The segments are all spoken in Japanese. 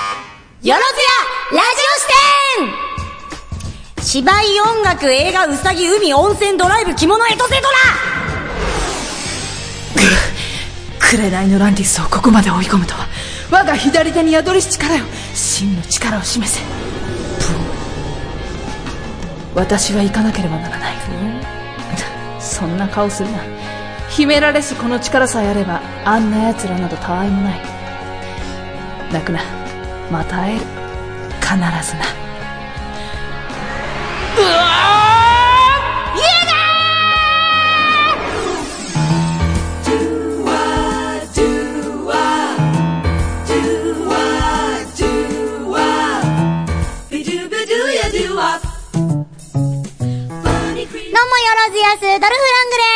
よろずやラジオ視点芝居、音楽、映画、うさぎ、海、温泉、ドライブ、着物、エトセト紅のランディスをここまで追い込むとは我が左手に宿りし力よ真の力を示せブン私は行かなければならないそんな顔するな秘められしこの力さえあればあんな奴らなどたわいもない泣くなまた会える必ずなラどうもよろずやす、ドルフラングレ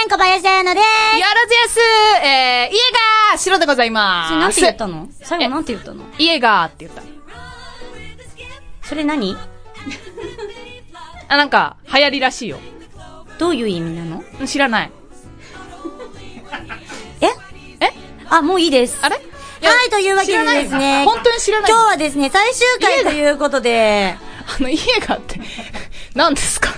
ン、小林彩乃でやらずやすえー、家が白でございまそれなんす。て言ったの最後なんて言ったの家がって言った。それ何あ、なんか、流行りらしいよ。どういう意味なの知らない。ええあ、もういいです。あれはい、というわけでです知らなね。い本当に知らない今日はですね、最終回ということで、あの、家がって、 何ですか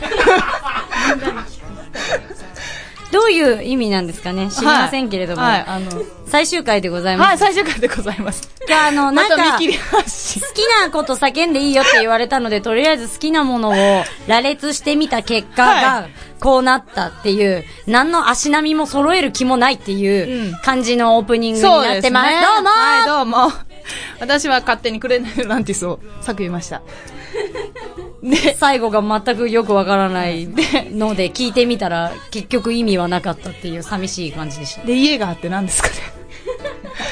どういう意味なんですかね 知りませんけれども。はい、あの、最終回でございます。はい、最終回でございます。じゃあ、あの、なまんか、た見切り好発信。きなこと叫んでいいよって言われたので、とりあえず好きなものを羅列してみた結果が、はこうなったっていう、何の足並みも揃える気もないっていううん感じのオープニングにそうなっでてすね。ます。どうも、はい、どうも。私は勝手にクレナルランティスを作言いました。最後が全くよくわからないので、聞いてみたら、結局意味はなかったっていう寂しい感じでした。で、家がって何ですかね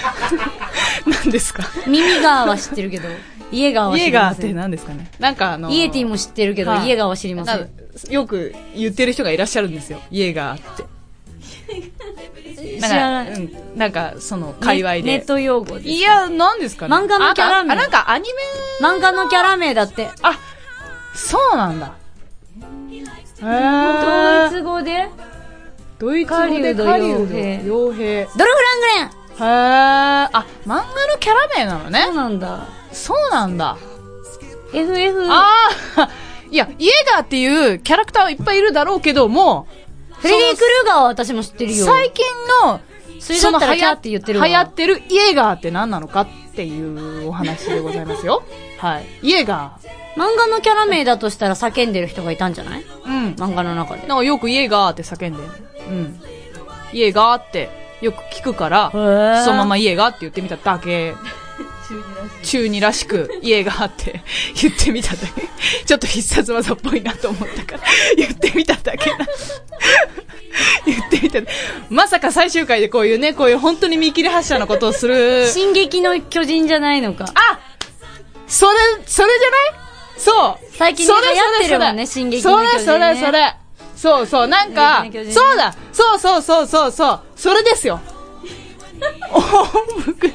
何ですか耳側は知ってるけど、家側は知家りがまっせてん。何ですかねなんかあのー、イエティも知ってるけど、はい家側は知りませなんん。かよく言ってる人がいらっしゃるんですよ。家があって。知ならなんか、い。うん、なんかその、界隈で。ネット用語ですいや、なんですかね。漫画のキャラ名ああなんかアニメ、漫画のキャラ名だって。あ、そうなんだ。ドイへぇー。ツ語でドイツ語狩で人狩傭兵人傭兵。へぇー。ドルフラングレンあ、漫画のキャラ名なのそうね。なんだ。そうなんだ。 FF。ああいや、イエガー っていうキャラクターはいっぱいいるだろうけども、フレディ・クルーガーは私も知ってるよ。最近の、それだったらキャーって言ってるわ流行ってるイエガーって何なのかっていうお話でございますよ。はい。イエガ漫画のキャラ名だとしたら叫んでる人がいたんじゃないー。うん。漫画の中で。なんかよくイエガーって叫んでる。うん。イエガーってよく聞くから、ーそのままイエガーって言ってみただけ。中二らしく、イエガーって 言ってみただけ。ちょっと必殺技っぽいなと思ったから、言ってみただけな。 言ってみた。まさか最終回でこういうね、こういう本当に見切り発車のことをする。 進撃の巨人じゃないのか。あそれ、それじゃないそう最近ねそれ流行ってるもんねそれ進撃の巨人ねそれ、それ、それ。そうそう、なんか、進撃の巨人ねそうだそうそうそうそうそうそれですよ お僕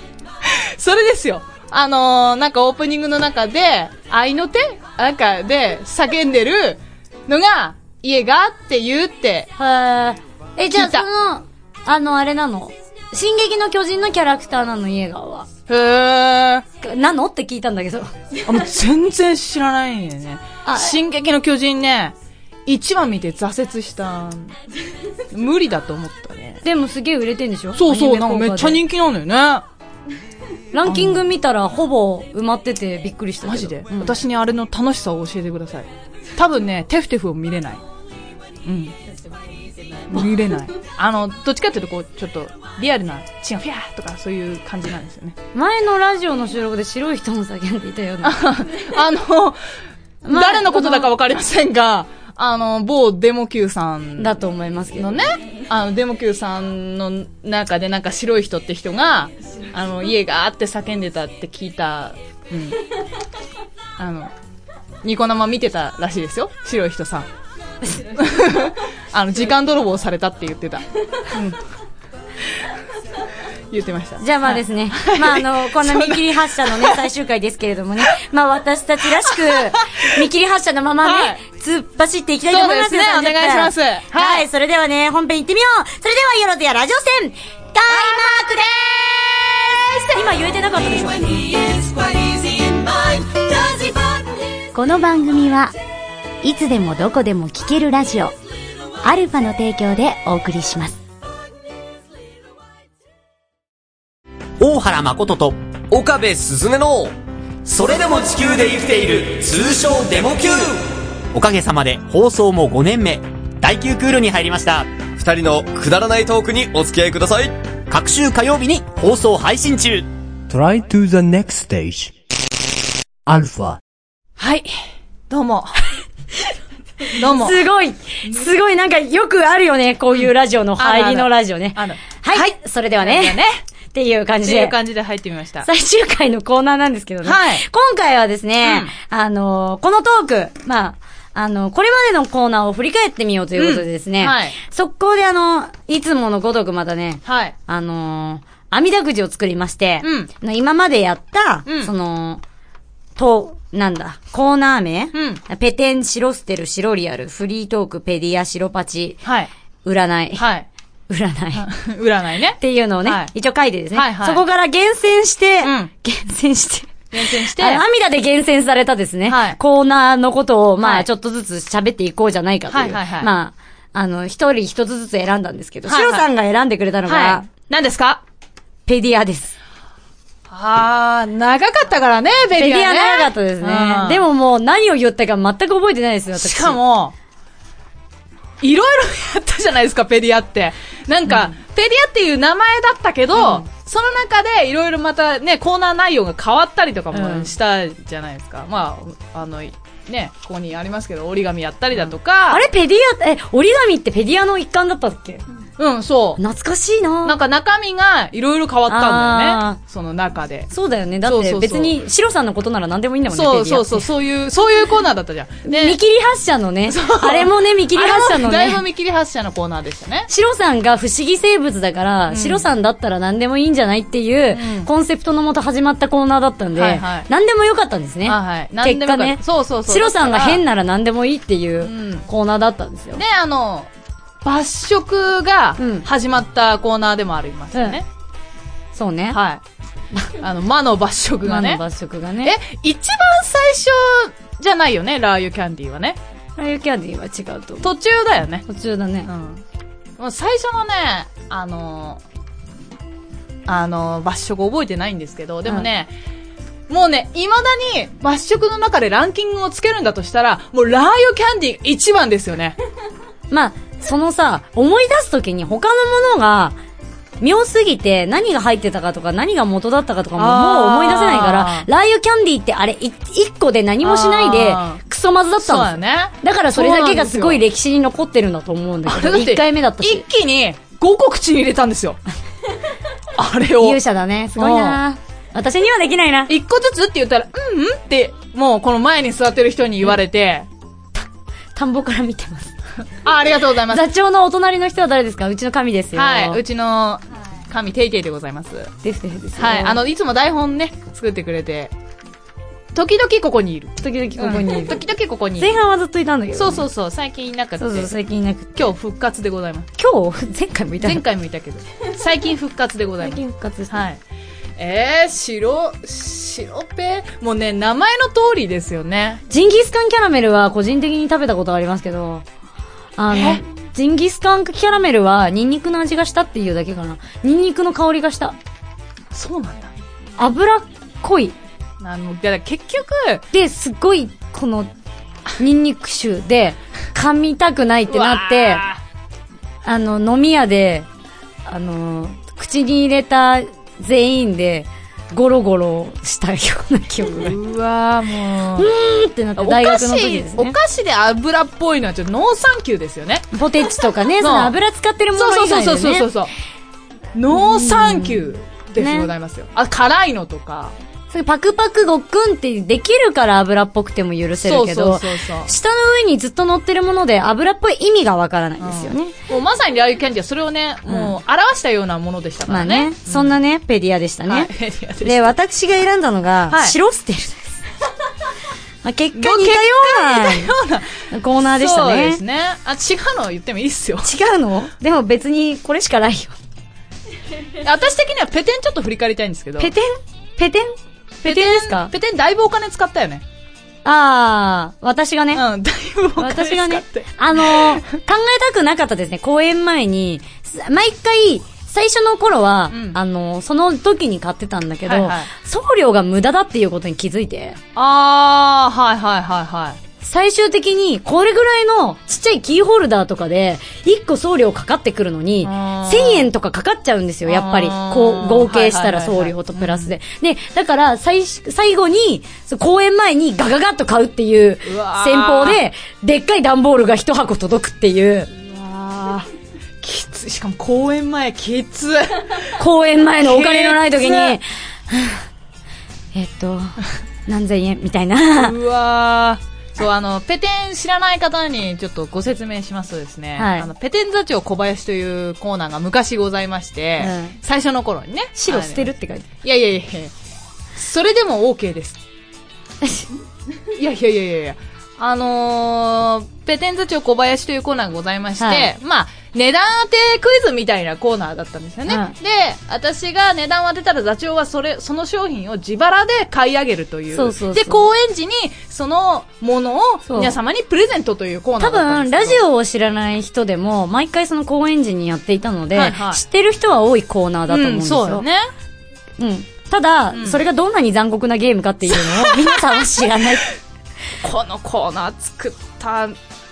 それですよあのー、なんかオープニングの中で、愛の手なんかで叫んでるのが、家がって言うって、はーえ、じゃ聞あいたその、あの、あれなの進撃の巨人のキャラクターなの、イエガーは。ふー。なのって聞いたんだけど。あ、もう全然知らないんだよねあ。進撃の巨人ね、一話見て挫折した。無理だと思ったね。でもすげえ売れてんでしょそうそアう、ニメなん効か果でめっちゃ人気なのよね。ランキング見たらほぼ埋まっててびっくりしたけど。マジで、うん私にあれの楽しさを教えてください。多分ね、テフテフを見れない。うん。見れない。あの、どっちかっていうとこう、ちょっと、リアルな、チンフィャーとかそういう感じなんです よね。前のラジオの収録で白い人も叫んでいたような。あの、まあ誰のことだかわかりませんが、あの、某デモ Q さんだと思いますけど。のね、あの、デモ Q さんの中でなんか白い人って人が、あの、家があって叫んでたって聞いた、うん。あの、ニコ生見てたらしいですよ、白い人さん。 あの、時間泥棒されたって言ってた。うん。言ってました。じゃあまあですね。まああの、こんな見切り発車 のね、最終回ですけれどもね。まあ私たちらしく、見切り発車のままね、はい突っ走っていきたいと思いますよそうで30分すねお願いしますはい、はいそれではね、本編行ってみよう。それでは、よろずやラジオ戦、開幕でーす今言えてなかったでしょ When he is quite easy in mind, この番組はいつでもどこでも聴けるラジオアルファの提供でお送りします大原誠と岡部すずめのそれでも地球で生きている通称デモ級おかげさまで放送も5年目第9クールに入りました二人のくだらないトークにお付き合いください各週火曜日に放送配信中 Try to the next stage. Alpha. はい。どうも。 どうも。すごいすごいなんかよくあるよね、こういうラジオの入りのラジオね。あるはい、それではね。ね。っていう感っじてで。いう感じで入ってみました。 最終回のコーナーなんですけどね。はい今回はですね、あのーこのトーク、まあ、あの、これまでのコーナーを振り返ってみようということでですね、うんはい速攻であの、いつものごとくまたね、はい。あのー、網だくじを作りまして、うんあの今までやった、うんその、と、なんだ、コーナー名、うペテン、シロステル、シロリアル、フリートーク、ペディア、シロパチ、はい。占い、はい。 占い。占いねっ。ていうのをね、はい一応書いてですね、はいはいそこから厳選して、うん厳選して、厳選して。あ涙で厳選されたですね、はいコーナーのことを、まはあ、いちょっとずつ喋っていこうじゃないかという。はいはいはいまあ、あの、一人一つずつ選んだんですけど、はいシはいロさんが選んでくれたのが、はい。何ですかペディアです。あー、長かったからね、ベペリデア、ね。ィア長かったですね。うんで、ももう何を言ったか全く覚えてないですよ、私。しか、も、いろいろやったじゃないですか、ペディアって。なんか、ペディアっていう名前だったけど、その中でいろいろまたね、コーナー内容が変わったりとかうもんしたじゃないですか。まあ、あの、ね、ここにありますけど、折り紙やったりだとか。あれペディア、え、折り紙ってペディアの一環だったっけうん、そう。懐かしいななんか中身がいろいろ変わったんだよね。その中で。そうだよね。だそっうそうそてう別に、シロさんのことなら何でもいいんだもんね、そペうディアそっうてそう、そういう、そういうコーナーだったじゃん。で見切り発車のね。あれもね、見切り発車のあれもだいぶね。見切り発車のコーナーでしたね。シロさんが不思議生物だから、シロさんだったら何でもいいんじゃないっていう、コンセプトのもと始まったコーナーだったんで、はいはい何でもよかったんですね。はいはい何でもよかった結果ね。そうそうそうシロさんがだから変なら何でもいいっていううんコーナーだったんですよ。で、あの、抜色がうん始まったコーナーでもありますよね。そうね。 はい。あの、魔の抜色がね魔。の抜色がえね。、一番最初じゃないよね、ラー油キャンディーはね。ライオキャンディーは違うと思う。途中だよね。途中だねう。ん。もう最初のね、あの、あの、抜色覚えてないんですけど、でもね、もうね、未だに抜色の中でランキングをつけるんだとしたら、もうラー油キャンディー一番ですよね。まあ、そのさ、思い出すときに他のものが、妙すぎて何が入ってたかとか何が元だったかとかももうあー思い出せないから、ラー油キャンディーってあれい一個で何もしないであークソまずだっそうだたよんですね。だからそれだけがすごいそうなんで歴史に残ってるんだと思うんだあけれど、だって1回目だった一し。気に5個口に入れたんで すよ。あれを勇。者だね。すごいな私にはできないな。一個ずつって言ったら、うんうんって、もうこの前に座ってる人に言われて、田んぼから見てます。あ、ありがとうございます。座長のお隣の人は誰ですかうちの神ですよ。はい、うちの、神テイテイでございます。ですです。はい、あ、の、いつも台本ね、作ってくれて、時々ここにいる。時々ここにいる。時々ここにい前る。半はずっといたんだけど。そうそうそう、最近いなかったそうそう、今最近いなくて。日復活でございます。今日 前回もいた前回もいたけ ど、最近復活でござい最ます。近復活した。はい。えー、白、白ペンもうね、名前の通りですよね。ジンギスカンキャラメルは個人的に食べたことありますけど、あのえ、ジンギスカンキャラメルはニンニクの味がしたっていうだけかな。ニンニクの香りがした。そうなんだ。脂っこい。あの、だから結局、で、すっごい、この、ニンニク臭で、噛みたくないってなって、わあの、飲み屋で、あの、口に入れた全員で、ゴロゴロしたような記憶が。ー、うわーもう。うんってなって、お大菓学の時子、ですおね。菓子で油っぽいのはちょっとノーサンキューですよね。ポテチとかね、うその油使ってるものそう以そう外でそね。うそうそうそう。ノーサンキューですございますよ。あ、辛いのとか。それパクパクごっくんってできるから油っぽくても許せそるうけそうど、そうそう。下の上にずっと乗ってるもので油っぽい意味がわからないですよね。もうまさにラー油キャンディーはそれをね、もう表したようなものでしたかまあらね、ね。そんなね、ペディアでしたね。はいいやで、私が選んだのが、はい白ステル です。まあ、結果似たようなコーナーでしたそうでねす。ね。あ、違うの言ってもいいっ すよ。違うのでも別にこれしかないよ。私的にはペテンちょっと振り返りたいんですけど。ペテンペテンペテンですかペテンだいぶお金使ったよね。ああ、私がね。うん、だいぶお金使って。私がね、あのー考えたくなかったですね。公演前に、す毎回、最初の頃は、うんあのーその時に買ってたんだけど、はいはい送料が無駄だっていうことに気づいて、あー、はいはいはいはい。最終的に、これぐらいのちっちゃいキーホルダーとかで、1個送料かかってくるのに、あー1000円とかかかっちゃうんですよ、やっぱり。あーこう、合計したらはいはいはい送はい料とプラスで。で、だから、最、最後に、そう公演前にガガガッと買うっていううわー戦法で、でっかい段ボールが1箱届くっていう、あー、きつい。しかも公演前、きつい。公演前のお金のない時に、きついはぁえっと、何千円みたいな。うわー。そう、あの、ペテン知らない方にちょっとご説明しますとですね、はいあの、ペテン座長小林というコーナーが昔ございまして、うん最初の頃にね。白捨てるるって書いていやいやいやいやそれでも OK です。いやいやいやいやいや。あのー、ペテン座長小林というコーナーがございまして、はいまあ、値段当てクイズみたいなコーナーだったんですよね。うんで、私が値段を当てたら座長はそれ、その商品を自腹で買い上げるという。そうそうそうで、公演時にそのものをそう皆様にプレゼントというコーナ多ーだったんで分、すけど。ラジオを知らない人でも、毎回その公演時にやっていたので、はいはい知ってる人は多いコーナーだと思うんですよ。うん、そうよね。うんただ、それがどんなに残酷なゲームかっていうの を、皆さんは知らない。このコーナー作った、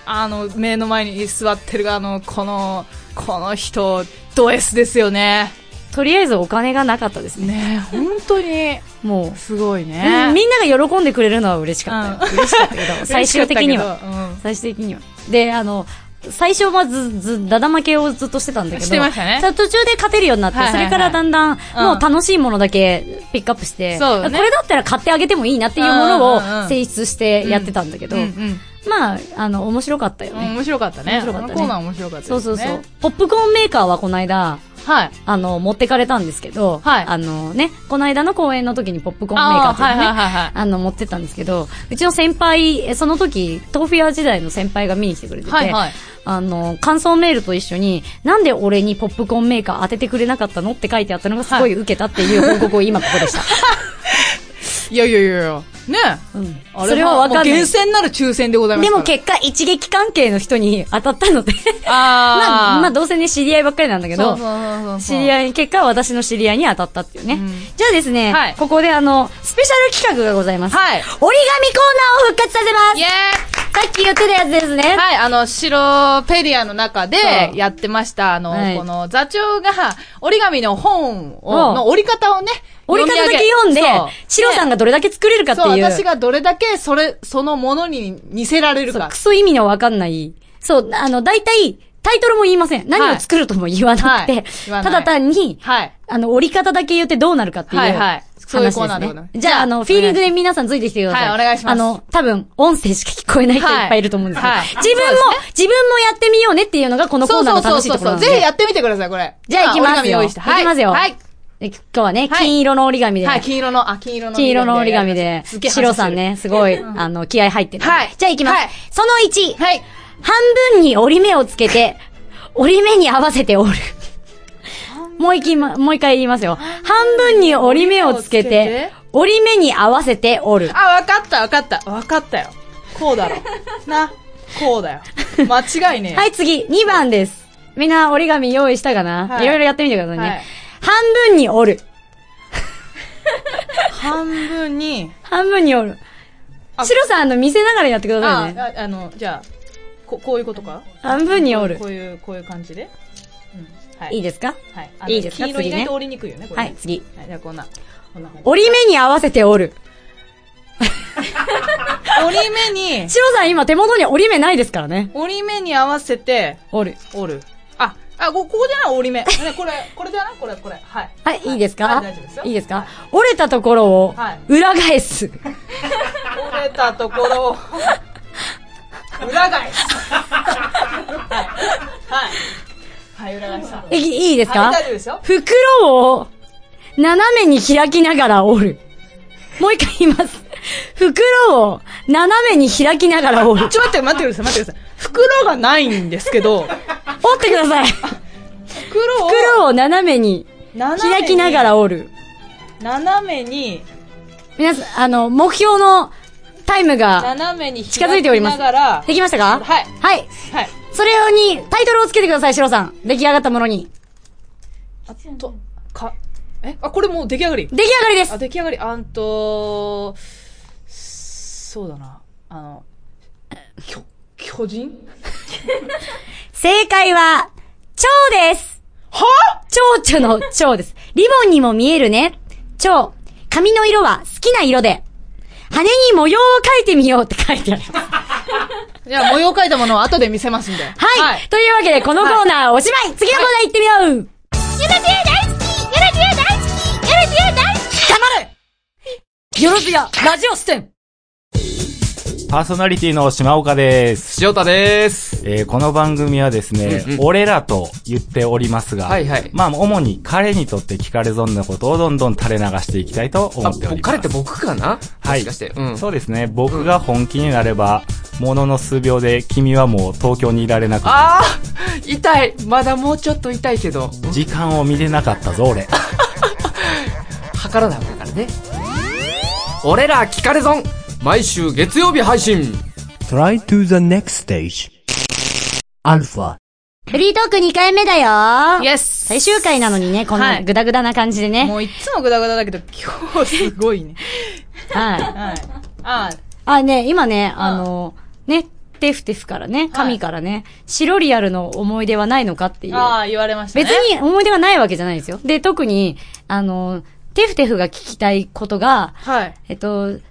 あの、目の前に座ってるあの、この、この人、ド S ですよね。とりあえずお金がなかったですね。ねえ本当に、もう、すごいね。うんみんなが喜んでくれるのは嬉しかったよ。う嬉しかったけ ど、最終的には。は。最終的には。で、あの、最初はず、ず、だだ負けをずっとしてたんだけど。してましたねさ途中で勝てるようになって、はいはいはいそれからだんだん、うんもう楽しいものだけピックアップして、そうねこれだったら買ってあげてもいいなっていうものをうんうんうん選出してやってたんだけど、うんうんまあ、あの、面白かったようん、ね。面白かったね。面白かったねこのコーナー面白かったですそね。うそうそう。ポップコーンメーカーはこの間、はい。あの、持ってかれたんですけど、はいあのね、この間の公演の時にポップコーンメーカーっていうのね、あーはいはいはいはいあの、持ってったんですけど、うちの先輩、えその時、豆腐屋時代の先輩が見に来てくれてて、はいはいあの、感想メールと一緒に、なんで俺にポップコーンメーカー当ててくれなかったのって書いてあったのがすごい受けたっていう報告を今ここでし た。いやいやいやいや。ねえ。うんあはそれはわかんないもう厳選なる抽選でございますでから。も結果、一撃関係の人に当たったのでまああ、ーまあ、どうせね、知り合いばっかりなんだけそどう、そうそうそう。知りい。合い、結果は私の知り合いに当たったっていうね。んじゃあですね、はいここであの、スペシャル企画がございます。はい折り紙コーナーを復活させますイエーイさっき言ってたやつですね。はい、あの、白ペディアの中でそうやってました。あの、はいこの座長が折り紙の本うを、んの折り方をね、折り方だけ読んでそう、シロさんがどれだけ作れるかってそう、いう。私がどれだけそれ、そのものに似せられるそうかク。ソ意味のわかんない。そう、あの、大体、タイトルも言いません。何を作るとも言わなくて、はい言わなたいだ単に、はい。あの、折り方だけ言ってどうなるかっていう。は話いはいそういうコーナーでですございまねす。じゃあ、あじゃの、あフィーリングで皆さんついてきてください。はいお願いしますあの、多分、音声しか聞こえない人はいいっぱいいると思うんですけど、はい自分も、自分もやってみようねっていうのがこのコそーうナーそのう楽しそういとそうころなそう。んで。ぜひやってみてください、これ。じゃあ行きますよ今折り紙用意して。行きますよはい。で今日はね、はい金色の折り紙で。はい、金色の、あ、金色の。金色の折り紙で、すっげ白え反射するさん。ね、すごい、あの、気合入ってる。はいじゃあ行きます。はいその1、はい。半分に折り目をつけて、折り目に合わせて折る。もう一回、もう一回言いますよ。半分に折り目をつけて、折り目に合わせて折る。あ、わかった、わかった。わかったよ。こうだろ。 な。こうだよ。間違いねえよ。はい、次、2番です。みんな折り紙用意したかな、、はいいろいろやってみてくださいね。はい半分に折る。半分に、半分に折る。あ白さん、あの、見せながらやってくださいね。あああの、じゃあ、ここういうことか半分に折るこ。ういう、こういう感じで。うん。はい。いいですかはい。あのいいですか黄色次意ね外と折りにくいよね、こはれね。い、次。はい。じゃあ こんな、こんな感じ。折り目に合わせて折る。折り目に、白さん今手元に折り目ないですからね。折り目に合わせて、折る。折る。あ、あ、こここじゃない折 り目。ねこれ、これだな、これ、これ。はい。はい、いいですか、はい大丈夫ですよいいですか折れたところをはい、裏返す。折れたところ を、裏返す。はい。はい。はい、裏返した。えいいいですか、はい大丈夫ですよ袋を、斜めに開きながら折る。もう一回言います。袋を、斜めに開きながら折 る。ちょ、待って、待ってください、待ってください。袋がないんです けど、折ってください。袋を、袋を斜めに、開きながら折る。斜めに、皆さん、あの、目標のタイムが斜めに近づいております開きながら、できましたかはいはい。はい。それに、タイトルをつけてください、シロさん。出来上がったものに。あと、か、えあ、これもう出来上がり出来上がりであ、す。出来上がり、あんと、そうだな。あの、きょ、巨人正解は、蝶です。は蝶々の蝶です。リボンにも見えるね。蝶。髪の色は好きな色で。羽に模様を描いてみようって書いてあります。は、じゃあ模様描いたものは後で見せますんで。はいというわけで、このコーナーおしまい、次のコーナー行ってみよう、よろずやラジオステンパーソナリティの島岡です。塩田です。えーこの番組はですね、うんうん俺らと言っておりますが、はいはいまあ、主に彼にとって聞かれ損なことをどんどん垂れ流していきたいと思あ、っております。彼って僕かなはもいしかして。うん。そうですね、僕が本気になれば、ものの数秒で君はもう東京にいられなくなああ痛いまだもうちょっと痛いけど、る時間を見れなかったぞ、俺。測らなあかんからね。俺ら聞かれ損毎週月曜日配信 Try to the next stage. Alpha. フリートーク2回目だよイエス最終回なのにね、こはのいグダグダな感じでね。もういっつもグダグダだけど、今日すごいね。はい。はい。ああ、ね、今ね、あの、ね、テフテフからね、神からね、シロリアルの思い出はないのかっていう。ああ、言われましたね。別に思い出がないわけじゃないですよ。で、特に、あの、テフテフが聞きたいことが、はい。えっと、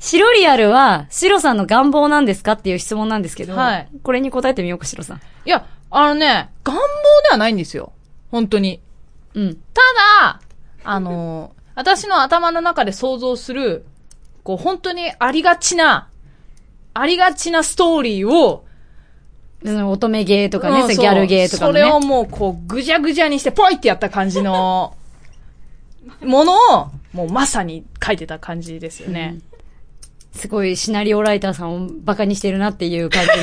シロリアルは、シロさんの願望なんですかっていう質問なんですけど、はいこれに答えてみようか、シロさん。いや、あのね、願望ではないんですよ。本当に。うん。ただ、あの、私の頭の中で想像する、こう、本当にありがちな、ありがちなストーリーを、その乙女ゲーとかうんね、そうギャルゲーとかのそれをね。もう、こう、ぐじゃぐじゃにして、ポイってやった感じ の、ものを、もうまさに書いてた感じですよね。すごいシナリオライターさんをバカにしてるなっていう感じの。 うん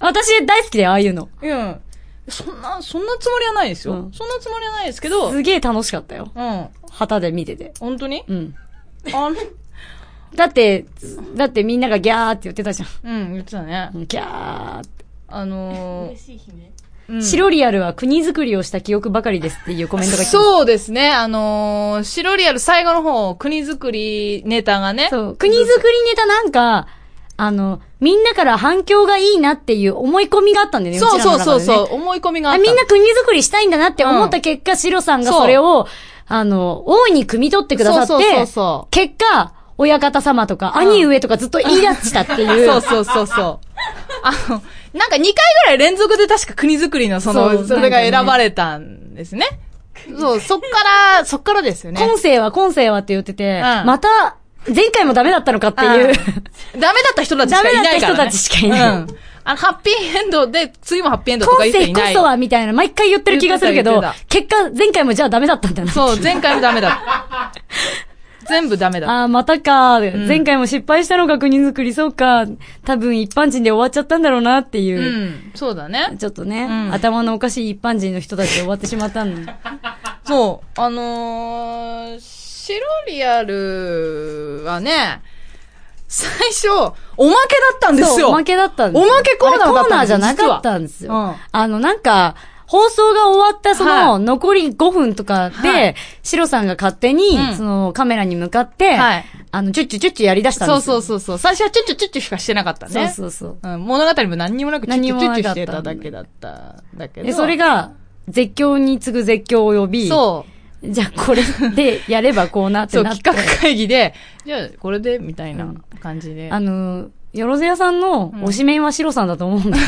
私大好きだよ、ああいうの。うん。そんな、そんなつもりはないですよ。うんそんなつもりはないですけど、うんす。げえ楽しかったよ。本旗で見てて。当にうん。あの、だって、だってみんながギャーって言ってたじゃん。うん、言ってたね。ギャーって。あのー、うんシロリアルは国づくりをした記憶ばかりですっていうコメントが来てそうですね。あのー、シロリアル最後の方、国づくりネタがね。そう。国づくりネタなんか、あの、みんなから反響がいいなっていう思い込みがあったんだよね。そうちらそのう中そうでねそう、思い込みがああった。みんな国づくりしたいんだなって思った結果、シロさんがそうそれを、あの、大いに汲み取ってくださって、そうそうそうそ結果、親方様とか、ん兄上とかずっと言い出したっていう。 そうそうそうそう。あの、なんか2回ぐらい連続で確か国づくりのその、そそうれがなんかね選ばれたんですね。そう、そっから、そっからですよね。今世は今世はって言ってて、うんまた、前回もダメだったのかっていう、 うんダメだった人たちしかいないから、ダメだっね。た人たちしかいないうん。あの、ハッピーエンドで、次もハッピーエンドとか今言って世いこない。そはみたいな、毎回言ってる気がするけ言っどてた言っ、結果、前回もじゃあダメだったんだな。そう、前回もダメだ った。全部ダメだった。ああ、またか、前回も失敗したのか、国づくり、そうか。多分一般人で終わっちゃったんだろうなっていうう。ん、そうだね。ちょっとね、ん頭のおかしい一般人の人たちで終わってしまった の。そう、あのー、シロリアルはね、最初、おまけだったんですそよ。うおまけだったんですよおまけコーナーだあったんですれコーナーじゃなかったんですよ。実はうんあの、なんか、放送が終わったそはのい残り5分とかで、はいシロさんが勝手に、うんそのカメラに向かって、はいあの、チュッチュチュッチュやり出したんですそよう。そうそうそう。最初はチュッチュチュッチュしかしてなかったね。そうそうそう。うん、物語も何にもなくチュッチュチュッチュしてただ何けにもだった。だけで、ど。それ、が、絶叫に次ぐ絶叫を呼び、そう。じゃあこれでやればこうなってそう、なっ企て。画会議で、じゃあ、これで、みたいなうん感じで。あの、よろずやさんの推しメンはシロさんだと思うんだ。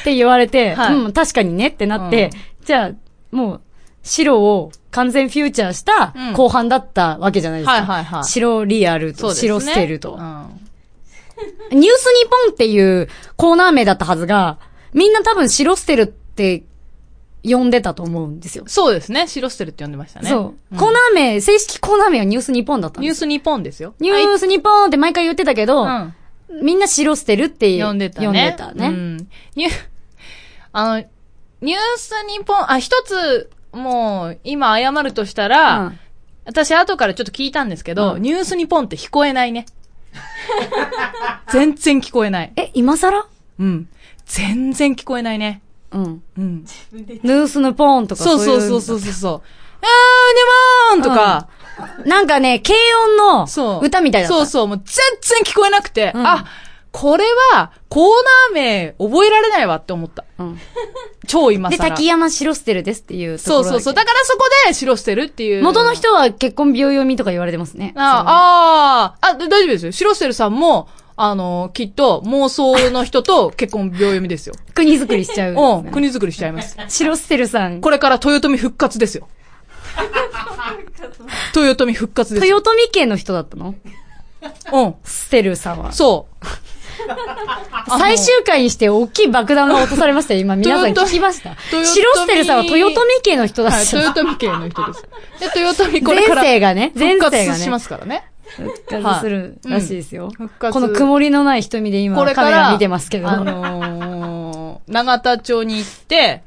って言われて、はいうん、確かにねってなって、じゃあ、もう、シロを完全フューチャーしたうん後半だったわけじゃないですか。はいはいはい。シロリアルそうと、ですシね。ロステルと、うん。ニュースニポンっていうコーナー名だったはずが、みんな多分シロステルって呼んでたと思うんですよ。そうですね。シロステルって呼んでましたね。そう、んコーナー名、正式コーナー名はニュースニポンだったんニュでーす。スニポンですよ。ニュースニポンって毎回言ってたけど、うん。みんなシロステルって読んでたね。呼んでたね。うん。ニュ、あの、ニュース日本、あ、一つ、もう、今謝るとしたら、うん私、後からちょっと聞いたんですけど、ニュースにポンって聞こえないね。 全然聞こえない。え、今更うん。全然聞こえないね。うん。うん。ヌースヌポーンとかそうそうそいうう。そうそうそうそう。あー、ニャマーンとか、なんかね、軽音そのう。歌みたいだった。そうそう、もう全然聞こえなくて、んあ、これはコーナー名覚えられないわって思った。うん超今で、更。滝山シロステルですっていうとこそろだうそけうそう。だからそこで白してるっていう。元の人は結婚美容読みとか言われてますね。ああー、あ、で大丈夫ですよ。シロステルさんも、あの、きっと妄想の人 と結婚秒読みですよ。そう国づくりしちゃう、うん、国づくりしちゃいます。シロステルさん。これから豊臣復 活ですよ。豊臣復活ですよ。豊臣家の人だったのうん。ステルさんは。そう。の最終回にして大きい爆弾が落とされましたよ、今皆さん聞きました。豊臣シロステルさんは豊臣家の人だはい、し、豊臣系の人です。で、豊臣こ前れから世がね、前復世がね活、しますからね。復活するらしいですよ。復活この曇りのない瞳で今これカかメら、ラ見てますけど。あのー、長田町に行って、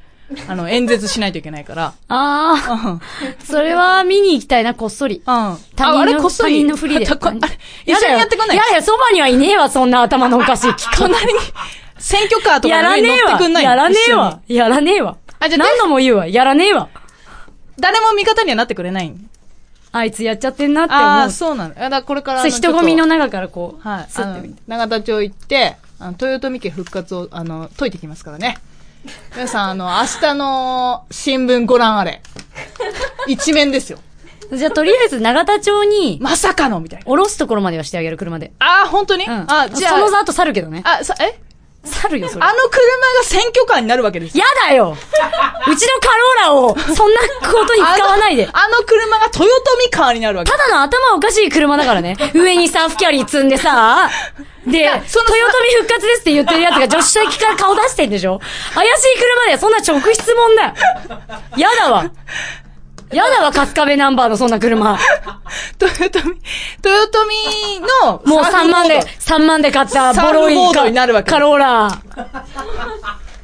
あの、演説しないといけないから。あうん。ー、それは見に行きたいな、こっそり。あ、他人のあれこっそり。他人のふりでたこあれ一緒にやってこない。やだよやだよ、そばにはいねえわ、そんな頭のおかしい機関。隣に、選挙 カーとやからの上ねに乗えってくんなわ。いやらねえ。一緒わに。やらねえわ。あじゃあ何度も言うわ。やらねえわ。誰も味方にはなってくれない。あいつやっちゃってんなって思う。ああ、そうなんだ。だからこれからあその。う人混みのちょっ中からことう、はい。スあッての見て。、長田町行って、あの、豊臣家復活を、あの、解いてきますからね。 皆さん、あの、明日の新聞ご覧あ れ。一面ですよ。じゃあ、とりあえず、長田町に、まさかのみたいな。降ろすところまではしてあげる、車で。ああ、本当に、うん。あじゃあ。その後去るけどね。あ、さ、え去るよ、それ。あの車が選挙カーになるわけですよやだようちのカローラを、そんなことに使わないであ。のあの車が豊臣カーになるわけた。だの頭おかしい車だからね。上にサーフキャリー積んでさ、で、豊臣その復活ですって言ってるやつが女子駅から顔出してんでしょ怪しい車だよ。そんな直質問だよ。やだわ。やだわ、カスカベナンバーのそんな車。 豊臣、豊臣の、もうサー3フボー万ドで、3万で買ったボロいサーフボードになるわけカローラ。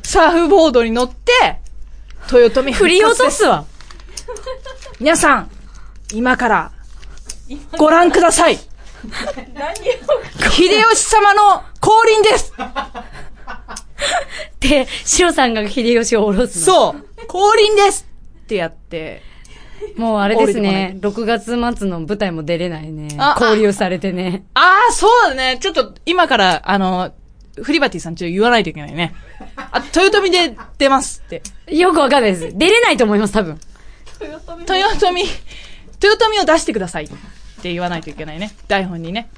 サーフボードに乗って、豊臣振り落とですすわ。皆さん、今から、ご覧ください。秀吉様の降臨ですで、シロさんが秀吉を降ろすの。そう降臨ですってやって、もうあれですね降。 6月末の舞台も出れないねあ。交流されてね。ああ、そうだね。ちょっと、今から、あの、フリバティさんちょっと言わないといけないね。あ、豊臣で出ますって。よくわかんないです。出れないと思います、多分。豊臣、豊臣を出してくださいって言わないといけないね。台本にね。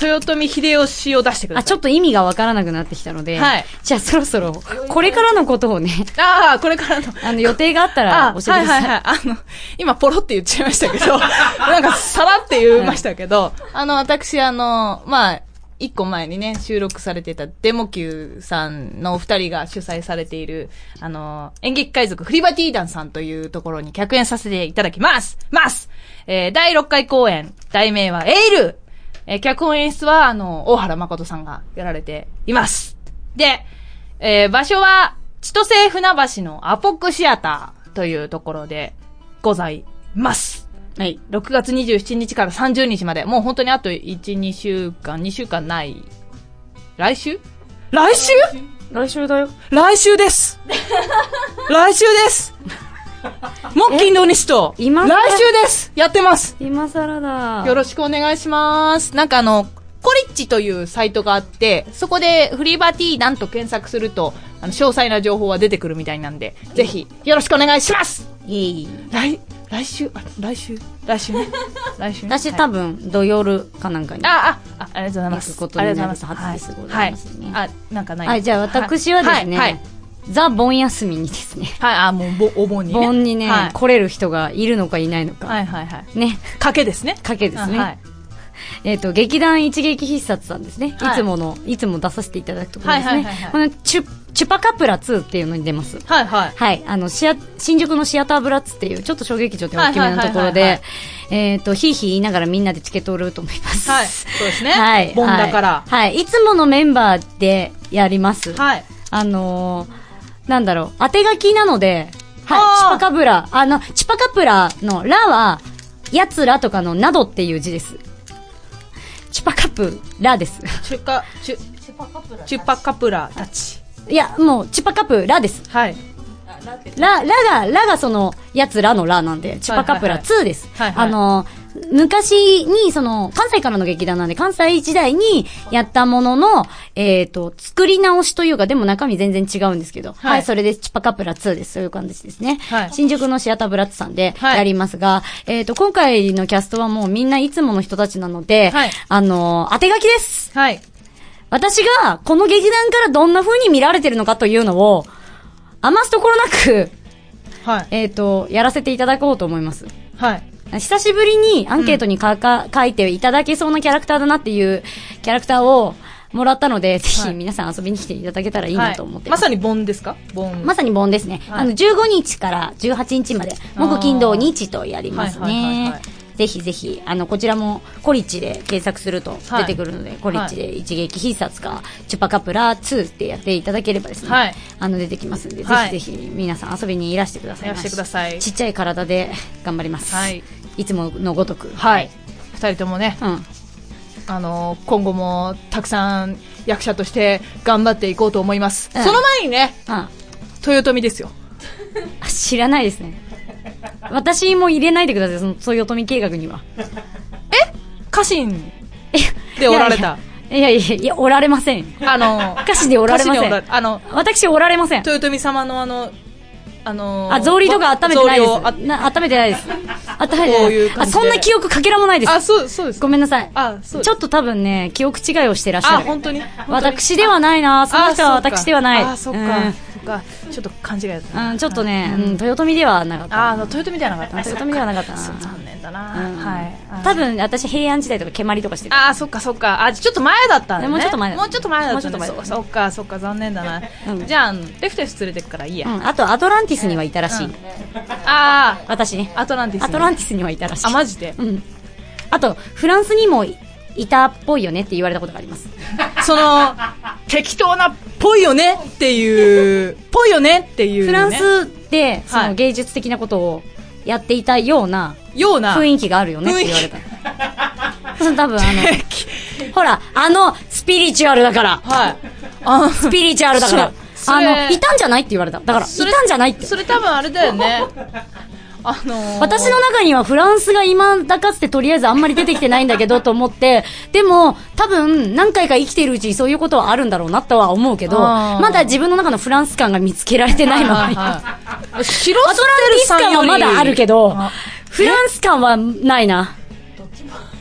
豊臣秀吉を出してくだあ、さちい。ょっと意味がわからなくなってきたので、はいじゃあそろそろ、これからのことをね、ああ、これからの。あの、予定があったあら教えてください。はいはいはい。あの、今ポロって言っちゃいましたけ ど、なんかさらって言いましたけど、あの、私あの、まあ、一個前にね、収録されてたデモ級さんのお二人が主催されている、あの、演劇海賊フリバティーダンさんというところに客演させていただきますますえー、第6回公演、題名はエールえー、脚本演出は、あの、大原誠さんがやられています。で、えー場所は、千歳船橋のアポックシアターというところでございます。はい。 6月27日から30日まで、もう本当にあと1、2週間、2週間ない。来週来週来週だよ。来週です 来週 です木金土日と、来今更週ですやってます今更だ。よろしくお願いします。なんかあの、コリッチというサイトがあって、そこでフリーバーティーなんと検索すると、あの、詳細な情報は出てくるみたいなんで、ぜひ、よろしくお願いしますいい。来、来週、あ、来週、来週 ね。来週ね。私はい多分、土曜日かなんかに。あ、あ、あ、ありがとうございま行くす。ことあにりながるとうございます。初ですござはいいますね。はいあ、なんかない。はい、じゃあ私はですね、はい。はいザ・盆休みにですね、はい、あ、もう、ぼお盆にね。盆にね、はい来れる人がいるのかいないのか、はいはいはい。ね、賭けですね。かけですね。あはいえっ、と、劇団一撃必殺さんですね。はいいつもの、いつも出させていただくところですね。はいはいはいはいこのチュ、チュパカプラ2っていうのに出ます。はいはい。はい、あの、シア、新宿のシアターブラッツっていう、ちょっと小劇場で大きめのところはいはいでは、えっ、と、ひいひい言いながらみんなでチケットを売ると思います。はい。そうです ね。はい。盆だから。はい。はいいつものメンバーでやります。はい。あのー、なんだろう、当て書きなので、はい、チュパカブラ。あの、チュパカプラのラは、奴らとかのなどっていう字です。チュパカプラです。チュカ、チュ、チュパカプラたち。いや、もう、チュパカプラです。はい。ラ、ラが、ラがその、奴らのラなんで、チュパカプラ2です。はいはいあの、昔に、その、関西からの劇団なんで、関西時代にやったものの、えっ、と、作り直しというか、でも中身全然違うんですけど、はい、それでチュパカプラ2です。そういう感じですね。はい新宿のシアターブラッツさんではいやりますが、えっ、と、今回のキャストはもうみんないつもの人たちなので、はいあの、当て書きですはい。私がこの劇団からどんな風に見られてるのかというのを、余すところなく、はい。えっ、と、やらせていただこうと思います。はい。久しぶりにアンケートに書か、書いていただけそうなキャラクターだなっていうキャラクターをもらったので、ぜひ皆さん遊びに来ていただけたらいいなと思ってまます。さに盆ですか盆。まさに盆ですね。はいあの、15日から18日まで、木金土日とやりますはいはいはいはねい。ぜひぜひ、あの、こちらも、コリッチで検索すると出てくるので、コリッチで一撃必殺か、チュパカプラ2ってやっていただければですね、はいあの、出てきますんで、はいぜひぜひ皆さん遊びにいらしてくださいまし。いらしてくださいちっちゃい体で頑張ります。はい。いつものごとく。はい。二人ともね、うん。あの、今後もたくさん役者として頑張っていこうと思います。うんその前にね、あ、豊臣ですよ。知らないですね。私も入れないでください、その、豊臣計画には。家臣でおられた。いやいやいやいや、おられません。あの、 歌詞でおられませ家臣でおん。あの、私おられません。豊臣様のあの、あの、あ、草履とか温めてないで草履をあす。な温めてないです。温めてこなういいうです。あ、感じでそんな記憶かけらもないです。あ、そう、そうです。ごめんなさい。あそうですちょっと多分ね、記憶違いをしてらっしゃあ、る。本当に。本当に私ではないな、その人はあそうか私ではない。あ、そっか、そっか。ちょっと勘違いだったうん。な。うん、ちょっとね、うん、豊臣ではなかった。あ、あの、豊臣ではなかったな。豊臣ではなかったそっかそうな。残念だうんな。はいあ。多分、私平安時代とか蹴鞠とかしてる。ああ、そっかそっか。あ、ちょっと前だったんだね。もうちょっと前だったもうちょっと前だった、ね。もうちょっと前だそったうそっかそっか、残念だな。うんじゃああの、レフテス連れてくからいいや。うん、あとアトランティスにはいたらしい。あ私ね。あ、アトランティス。アトランティスにはいたらしい。あ、マジで。うん。あと、フランスにもいいたっぽいよねって言われたことがあります。その、適当な、ぽいよねっていう、ぽいよねっていう、ね。フランスで、そはのい芸術的なことをやっていたようなような。雰囲気があるよねって言われた。その多分あの、気。 ほら、あの、スピリチュアルだから。はい。あの、スピリチュアルだから。そあれの、いたんじゃないって言われた。だから、いそれたんじゃないって。それ多分あれだよね。あのー、私の中にはフランスが今だかつてとりあえずあんまり出てきてないんだけどと思 って、でも多分何回か生きているうちにそういうことはあるんだろうなとは思うけど、あーまだ自分の中のフランス感が見つけられてないままはいはい。白アトランティス感はまだあるけど、フランス感はないな。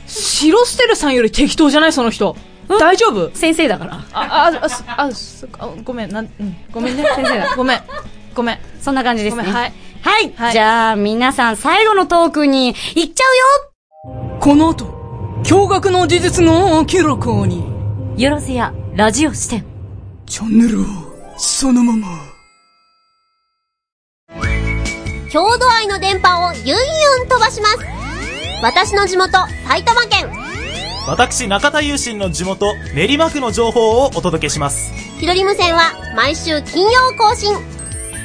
白ステルさんより適当じゃないその人。大丈夫先生だから。あ、あ、あす、あ、そっか、あごめん、なん、うん、ご めんね、先生。ごめん、ごめん。そんな感じですね。ごめんはい。はい。はいじゃあ、皆さん最後のトークに行っちゃこの後、驚愕の事実が明らかに。うよよろずや、ラジオ視点。チャンネルを、そのまま。郷土愛の電波をユンユン飛ばします私の地元埼玉県私中田雄心の地元練馬区の情報をお届けしますひどり無線は毎週金曜更新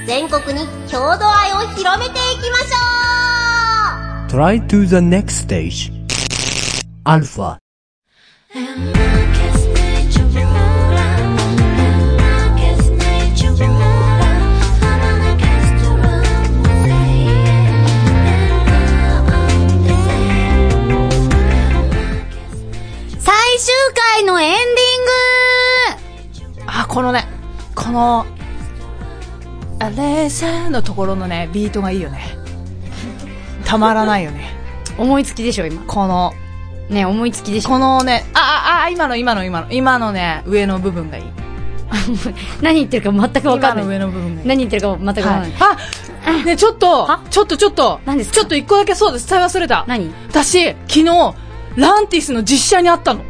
全国に郷土愛を広めていきましょ Try to the next stage. Alpha. 最終回のエンディンあ、このね、この、あれさーのところのね、ビートがいいよね。たまらないよね。グ思いつきでしょ、今。この、ね、思いつきでしょ。このね、あ、あ、あ、今の今の今の、今のね、上の部分がいい。何言ってるか全くわかんな今のい。上の部分がいい。何言ってるか全くわかんない。はい、あねちょっとは、ちょっとちょっと何です、かちょっと一個だけそうです、伝え忘れた。何私、昨日、ランティスの実写に会ったの。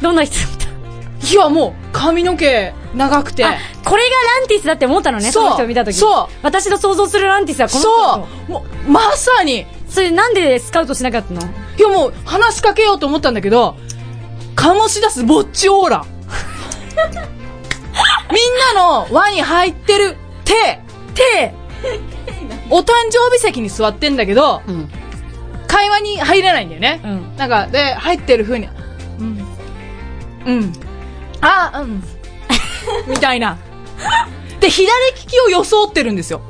どんな人だったいや、もう、髪の毛、長くて。あ、これがランティスだって思ったのね、そうその人を見たとき。そう私の想像するランティスはこの人だとそうもう、まさに、いそれなんでスカウトしなかったのやもう、話しかけようと思ったんだけど、醸し出すぼっちオー ラ。みんなの輪に入ってる手、て、お誕生日席に座ってんだけど、会話に入れないんだよね。なんか、で、入ってる風に、うん。うん。あ、うん。みたいな。で、左利きを装ってるんですよ。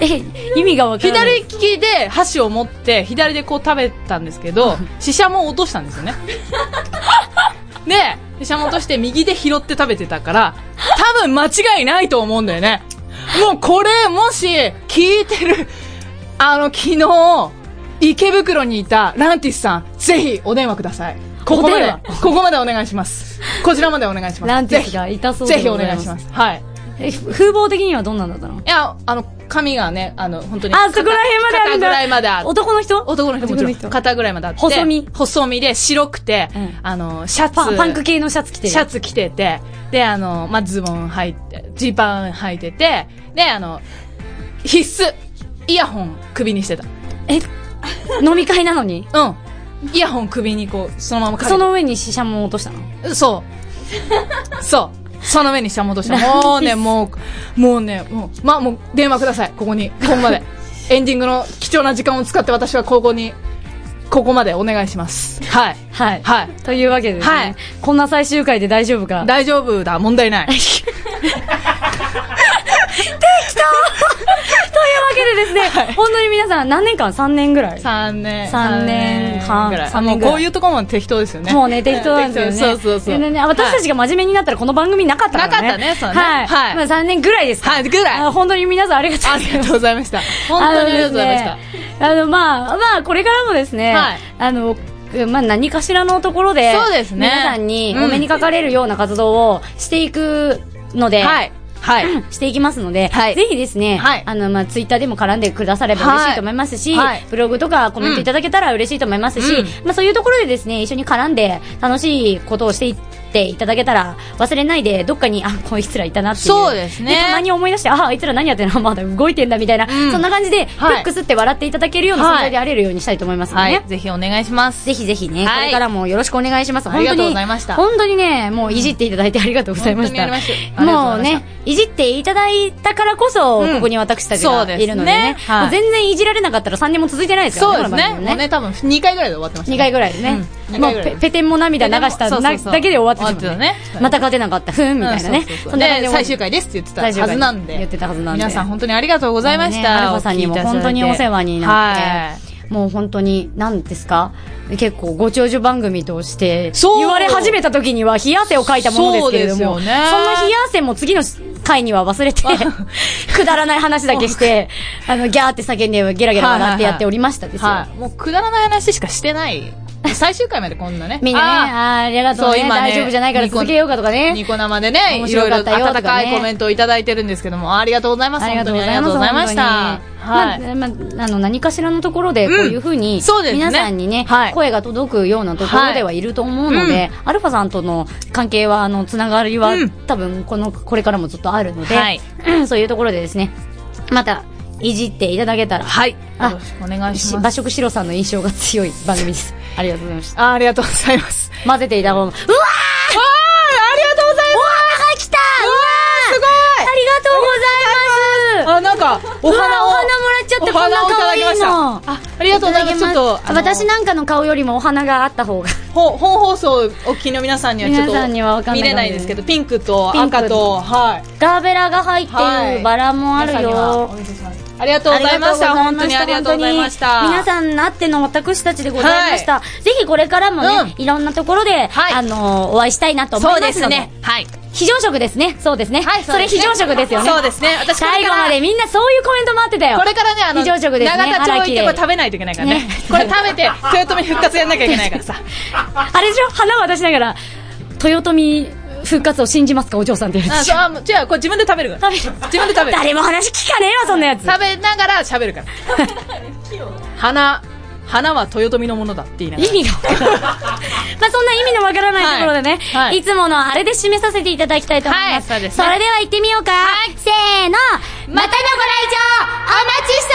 え、意味がわからない。左利きで箸を持って、左でこう食べたんです けど、シシャモを落としたんですよね。で、シシャモ落として右で拾って食べてたから、多分間違いないと思うんだよね。もうこれ、もし、聞いてる、あの、昨日、池袋にいたランティスさん、ぜひお電話ください。ここまお電で話、ここまでお願いします。こちらまでお願いします。ランティスが痛そうでぜひごおざ願いいますします。はい。え風貌的にはどんなんだったのいや、あの、髪がね、あの、本当に。あそこら辺まであるんだ肩ぐらいまである。男の人男の人もちろん。肩ぐらいまであって。細身。細身で白くて、あの、シャツ。パンパンク系のシャツ着てるシャツ着てて、で、あの、まあ、ズボン履いて、ジーパン履いてて、で、あの、必須、イヤホン首にしてた。え、飲み会なのにうん。イヤホン首にこう、そのままかけてその上にシシャモン落としたのそう。そう。その目にしゃもとし た。何もうね、もう、もうね、もう、まあもう電話ください。ここに、ここまで。エンディングの貴重な時間を使って私はここに、ここまでお願いします。はい。はい。はい。というわけで、ね、はい。こんな最終回で大丈夫か 大丈夫だ、問 題ない。というわけでです ね、本当に皆さん何年間 ?3 年ぐらい3年。 3年半。ぐらい3もう年ぐらい。こういうとこも適当ですよね。もうね、適当なんですよね。適 当そうそうそう。でね私たちが真面目になったらこの番組なかったからね。なかったねそうねはい。はいまあ3年ぐらいですかはい、ぐらい。本当に皆さんありがとうございます。ありがとうございました。本当にありがとうございました。あの,、ね、あのまあ、まあ、これからもですね、はいあの、まあ、何かしらのところで、そうですね皆さんにうんお目にかかれるような活動をしていくので、はい。はい。していきますので、ぜひですね、あの、まあ、ツイッターでも絡んでくだされば嬉しいと思いますし、はいはいブログとかコメントいただけたら嬉しいと思いますし、うんまあ、そういうところでですね、一緒に絡んで楽しいことをしていっていただけたら忘れないで、どっかに、あ、こいつらいたなっていう。そうですねたまに思い出して、あ、あいつら何やってんの まだ動いてんだみたいな、んそんな感じで、はいクックスって笑っていただけるような存在であれるようにしたいと思いますので、ねはい。ぜひお願いします。ぜひぜひね、はいこれからもよろしくお願いします。ありがとうございました本当にね、もういじっていただいてありがとうございました。本当にありがとうございましたもうね、いじっていただいたからこそ、うんここに私たちそがうですねいるのでね、はいもう全然いじられなかったら3年も続いてないですかそうらね、ですこね。の番組もうもね。ね、多分2回ぐらいで終わってました。 2回ぐらいでね。うんも二回うぐらいペ、ペテンも涙流したそうそうそうだけで終わってし終まわうってたねまた勝てなかった、ふーん、みたいなね。うんそうそうそうそんな感じでで最終回ですって言ってたは最終回ずなんで言ってたはずなんで。皆さん本当にありがとうございましあのねたアルファさんにもお聞きいただ本いて当にお世話になはって。もう本当に、何ですか結構ご長寿番組として、そう言われ始めた時には冷や汗をかいたものですけれども、そうですよねその冷や汗も次の回には忘 れて、くだらない話だけして、あの、ギャーって叫んで、ゲラゲラ笑ってやっておりましたですよ。はいもうくだらない話しかしてない最終回までこんなねみんなね、あーありがとうそうね今ね大丈夫じゃないから続けようかとかね。ニコ生でね面いろ白いかろったよとかね温かいコメントをいただいてるんですけどもありがとうございますありが本と当うにござありいがとまうす。ございましたはい、まあ、まあ、あの、何かしらのところで、こういうふうに、そうですね皆さんにね、はい声が届くようなところではいると思うので、はいアルファさんとの関係は、あの、つながりは、うん多分、この、これからもずっとあるので、はい そういうところでですね、また、いじっていただけたら、はい、よあろしくお願いししま馬す食シロさんの印象が強い番組 です。ありがとうございました。あありがとうござい ます混ぜていただこう。うわーうわあーありがとうございますー来たうわーすごいありがとうございますあ、なんか、お花を。うわお花もらっちゃってこんなお花をいただきました可愛いのあ、ありがとうございます。ちょっと、あの私なんかの顔よりもお花があった方 が。ほ本放送をお聞きの皆さんにはちょっ皆さんにはわかとんない見れないですけど、ピンクとピンク赤と、はい。ガーベラが入ってはいるバラもある皆さんにはおよ見。せしますありがとうございました。あり本がとうございま当しにたありがとうございました。皆さんなっての私たちでございました。ぜひこれからもね、いろんなところで、はいあのー、お会いしたいなと思そういまですすので。ね。はい。非常食ですね。そうですね。はいそれ非常食ですよね。そうですね私これから最後までみんなそういうコメント待ってたよ。これからね、あの、非常食ですね。長田町行ってこあられ食べないといけないからねね。これ食べ て、豊臣復活やんなきゃいけないからさ。あれでしょ花渡しながら、豊臣復活を信じますかお嬢さんってやあ、つそう、。あもう違う、これ自分で食べるから。自分で食べる。誰も話聞かねえわ、そんなやつ。食べながら喋る から。花、花は豊臣のものだって言いながら。意味がわ からない。まあそんな意味のわからないところでね、はいいはいつものあれで締めさせていただきたいと思います。はいそうですねれでは行ってみようか。せーの、またのご来場、お待ちして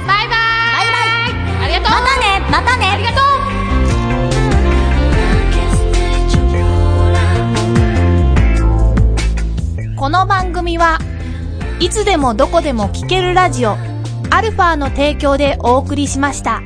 おりますバイバイバイバイありがとうまたね、またねありがとう「組はいつでもどこでも聴けるラジオアルファの提供でお送りしました。